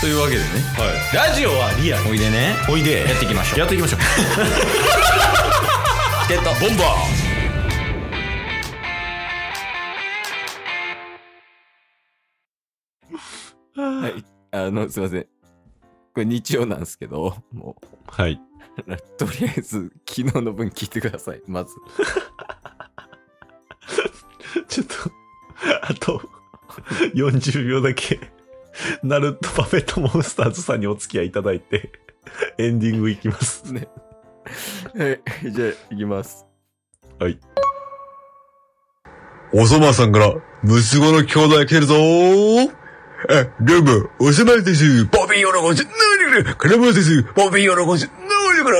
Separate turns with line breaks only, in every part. というわけでね
ラジオはリアル
おいでね
おいで
やっていきましょう
やっていきましょう
チケットボンバーはい、あのすいませんこれ日曜なんですけども
はい。
う とりあえず昨日の分聞いてくださいまず
ちょっと、あと、40秒だけ、ナルトパペットモンスターズさんにお付き合いいただいて、エンディングいきます。
ねはいじゃあいきます
おそばさんから、息子の兄弟来てるぞーえ、ルーム、おそばです。ボビー喜んじゃ、なにこれ、カラマです。ボビー喜んじゃ、なにこれ。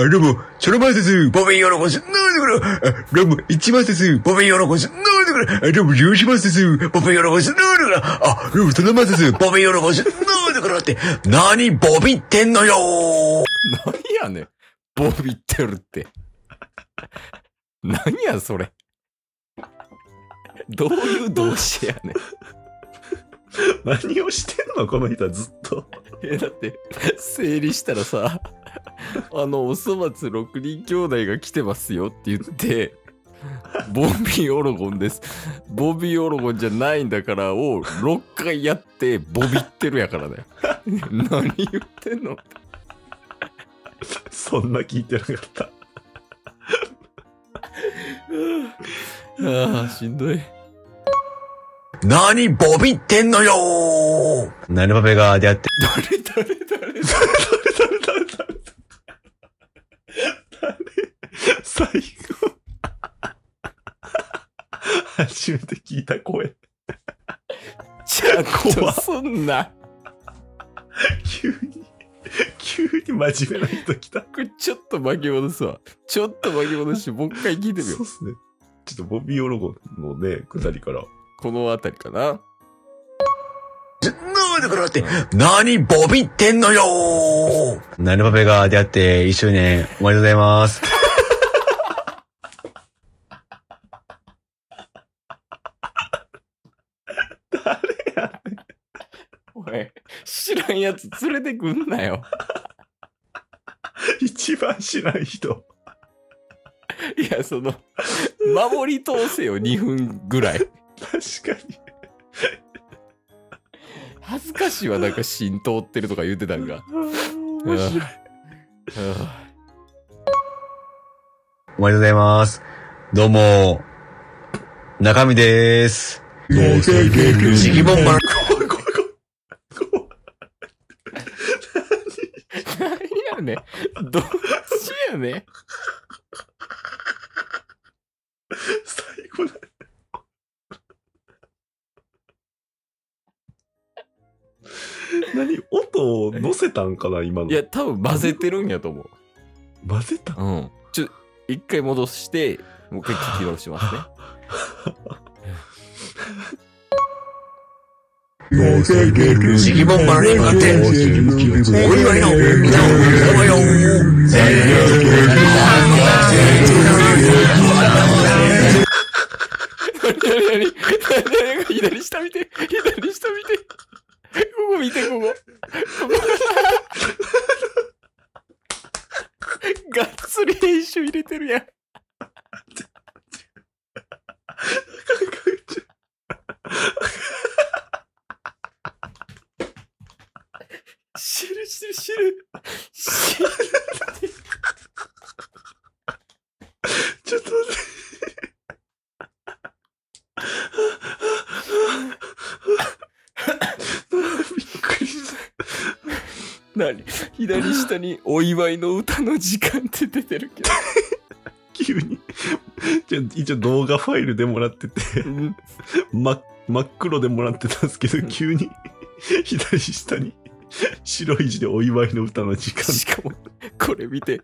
え、ルーム、チョロマです。ボビー喜んじゃ、なにこれ。え、ルーム、一番です。ボビー喜んじゃ、なにこれ。え、ルーム、十一番です。ボビー喜んじゃ、なにこれ。あ、ルーム、七番です。ボビー喜んじゃ、なにこれって、なにボビってんのよー
何やねん。ボビってるって。何やそれ。どういう動詞やねん。
何をしてんのこの人はずっと。
え、だって、整理したらさ、あの、おそ松六人兄弟が来てますよって言って、ボビーオロゴンです。ボビーオロゴンじゃないんだからを6回やって、ボビってるやからだよ。何言ってんの
そんな聞いてなかった。
ああ、しんどい。
なにボビってんのよーナルパペが出会って、
誰誰誰
誰誰誰誰誰最後。初めて聞いた声。
ちゃんとすんな。
急に、急に真面目な人来た。
これちょっと巻き戻すわ。ちょっと巻き戻して、もう一回聞いてみよ
そう
う。
っすね。ちょっとボビーオロゴのね、くだりから。
このあたりかな。
なんでこれって、何ボビってんのよナルパペが出会って1周年おめでとうございます。
おい、知らんやつ連れてくんなよ。
一番知らん人。
いや、その、守り通せよ、2分ぐらい。
確かに。
恥ずかしいわ、なんか浸透ってるとか言ってたんか。面白い。あ
おめでとうございます。どうも、中身でーす。シギボンバ
怖い怖い怖い怖い。
あ何やねんどっちやねん
最後だ。何音を乗せたんかな今の。
いや、多分混ぜてるんやと思う。
混ぜた
うん。ちょ、一回戻して、もう一回聞き直しますね。
シギボンバレーがって、お祝いの、皆をおはよ
何何何
う。
何何何左下見て左下見てここ見てここここがっつり編集入れてるやん知る知る知る知る
ちょっと待って。 びっくりした。
何左下にお祝いの歌の時間って出てるけど
急に。じゃ一応動画ファイルでもらってて、
うん
真真っ黒でもらってたんですけ
うん
ど、急に 左下に白い字でお祝いの歌の時間。
しかもこれ見て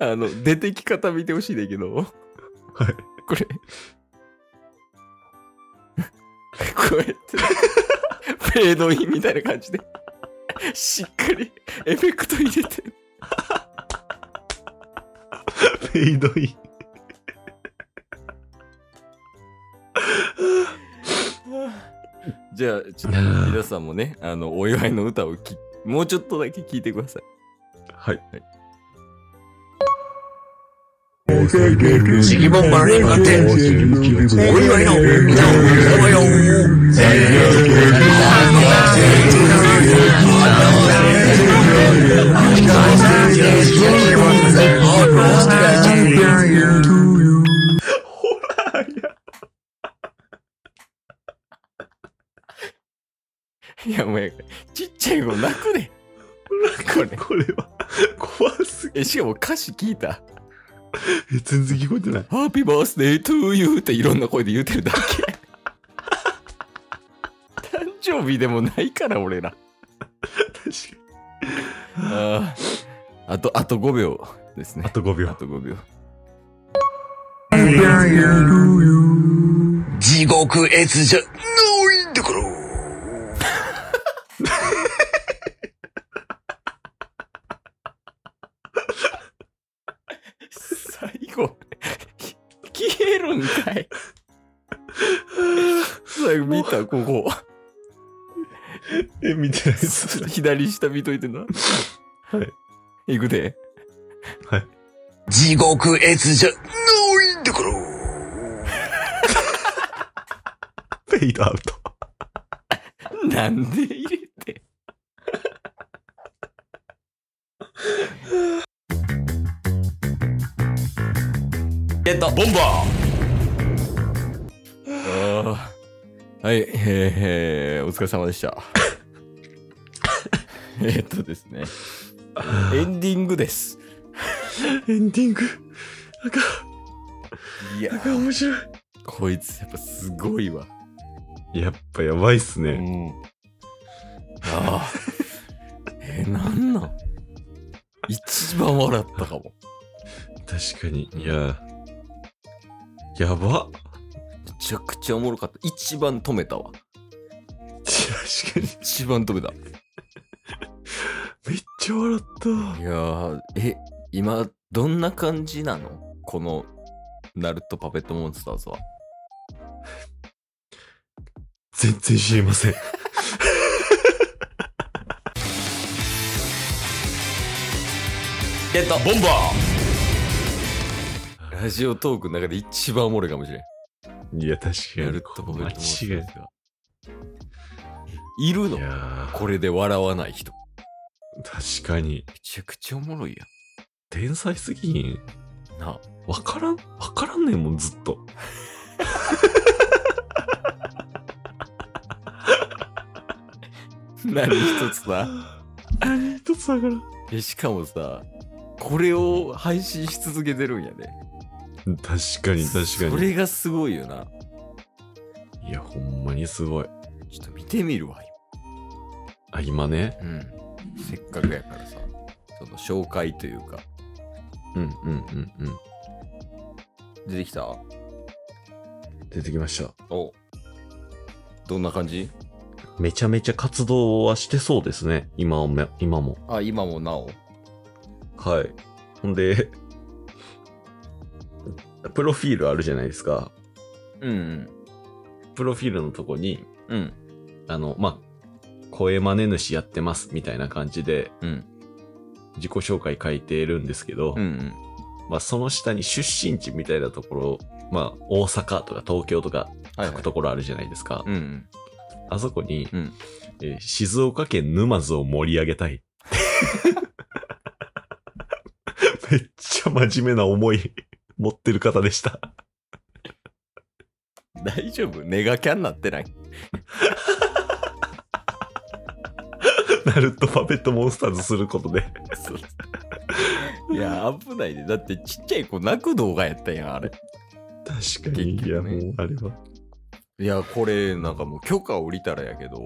あの出てき方見てほしいんだけど
はい。
これ。こうやって、フェードインみたいな感じで、しっかりエフェクト入れて、
フェードイン。
じゃあ、ちょっと皆さんもね、あの、お祝いの歌をきもうちょっとだけ聞いてください。
はい。
シギモンマレーマテン、お祝いの歌を歌おうよ。
ほら、いや、
いや、もうや、ちっちゃい子泣くね。これ。
これは、怖すぎ。
え、しかも歌詞聞いた。
え全然聞こえてない。
ハッピーバースデートゥーユーっていろんな声で言うてるだけ。誕生日でもないから、俺ら。
確かに。
あーあと、あと5秒です
あ
ね。
と5
あ
秒。
と5秒。
地獄絵図じゃないんだから。
最後、消えるんか い。最後見た、ここ。
え、見てないです。
左下見といてな。はい。いくで。
地獄絵図じゃないんだから。
フェイドアウト。
なんで入れて。ゲットボンバーあーはい、えー、お疲れ様で した。えーっとですね。エンディングです。
エンディング。
いや、
面白い。
こいつやっぱすごいわ。
やっぱやばいっす
う
ね。
ん。ああ。えー、なんなん一番笑ったかも。
確かに。いや、やば。
めちゃくちゃおもろかった。一番止めたわ。
確かに。
一番止めた。い
めっちゃ笑った。
やー、え、今、どんな感じなのこの、ナルトパペットモンスターズは。
全然知りません。
ゲットボンバーラジオトークの中で一番おもろいかもしれん。
いや、確かに。
ナルトパペットモ
間
ンスタ
違い
ー
ない
ズが。いるの
いやー
これで笑わない人。
確かに。
めちゃくちゃおもろいや
天才すぎひん。
ん。なあ
わからん、わからんねんもん、ずっと。
何一つさ。
何一つだからん。
えしかもさ、これを配信し続けてるんやで。
確かに、確
そ
かに。
れがすごいよな。
いや、ほんまにすごい。
ちょっと見てみるわ、
あ、今ね。
うん、せっかくやからさ、その紹介というか、
うん、うん、うん、うん。
出てきた
出てきました。
おどんな感じ
めちゃめちゃ活動はしてそうですね。今も、今も。
あ、今もなお。
はい。ほんで、プロフィールあるじゃないですか。
うん
プロフィールのとこに、
うん。うん。
あの、まあ、声真似主やってますみたいな感じで、
うん。
自己紹介書いてるんですけど、
うんうん。
まあ、その下に出身地みたいなところ、まあ、大阪とか東京とか
はい、は
書く
い。
ところあるじゃないですか。
うんうん。
あそこに、
うん
えー静岡県沼津を盛り上げ たい。めっちゃ真面目な思い持ってる方でした。
大丈夫ネガキャンなってない
ナルトパペットモンスターズすることで。
いや、危ないで。だってちっちゃい子泣く動画やったやん、あれ。
確かに。
結
いや、
局ね
もうあれは。
いや、これ、なんかもう許可降りたらやけど、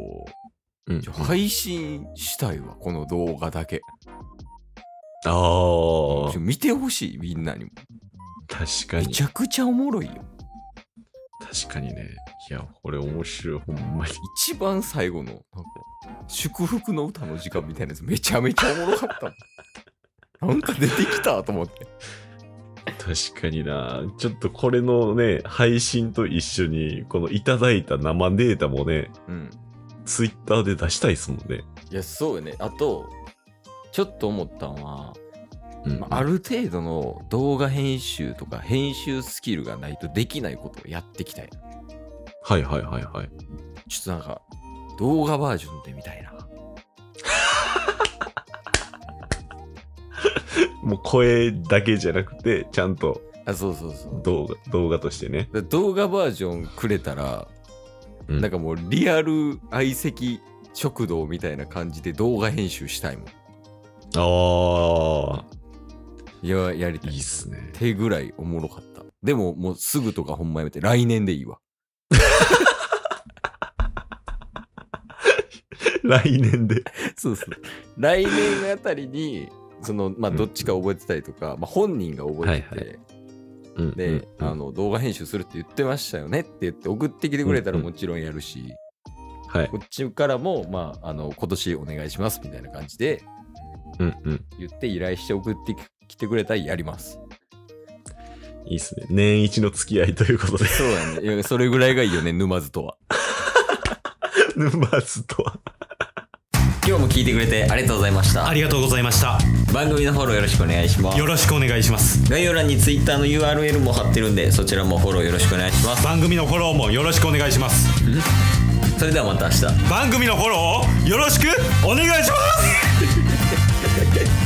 うん
ちょ配信したいわ、この動画だけ。
あ
ちょ見てほしい、みんなにも。
あ、確か
め
に。
ちゃくちゃおもろいよ。
確かにね。いや、これ面白い、ほんまに。
一番最後の、なんか、祝福の歌の時間み たいなやつ、めちゃめちゃおもろかったもん。なんか出てきたと思って。
確かにな。ちょっとこれのね、配信と一緒に、このいただいた生データもね、
うん。
ツイッターで出したいですもんね。
いや、そうよね。あと、ちょっと思ったのは、
うん
まあ、ある程度の動画編集とか編集スキルがないとできないことをやっていきたい。
はいはいはいはい。
ちょっとなんか、動画バージョンでみたいな。
もう声だけじゃなくて、ちゃんと
あ、そうそうそう。
動画、動画としてね。
だ動画バージョンくれたら、
うん
なんかもうリアル相席食堂みたいな感じで動画編集したいもん。
ああ、
いや、やりたい。
いいっすね。
手ぐらいおもろかった。でももうすぐとかほんまやめて、来年でいいわ。
来年で。
そうそう。来年あたりに、その、まあ、
うん
どっちか覚えてたりとか、まあ、本人が覚えてて、
はいうん
で、
うん
あの、動画編集するって言ってましたよねって言って送ってきてくれたら
うんう
もちろんやるし、
はい。
こっちからも、まあ、あの、今年お願いしますみたいな感じで
うんうん。
言って依頼して送ってきてくれたらやります。
いいっすね。年一の付き合いということで、
そうだねいや。それぐらいがいいよね、沼津とは。
ヌンバーズとは。
今日も聞いてくれてありがとうございました
あ。りがとうございました
番組のフォローよろしくお願いします
よ。ろしくお願いします
概要欄に Twitter の URL も貼ってるんで、そちらもフォローよろしくお願いします。
番組のフォローもよろしくお願いします
それではまた明日。
番組のフォローをよろしくお願いします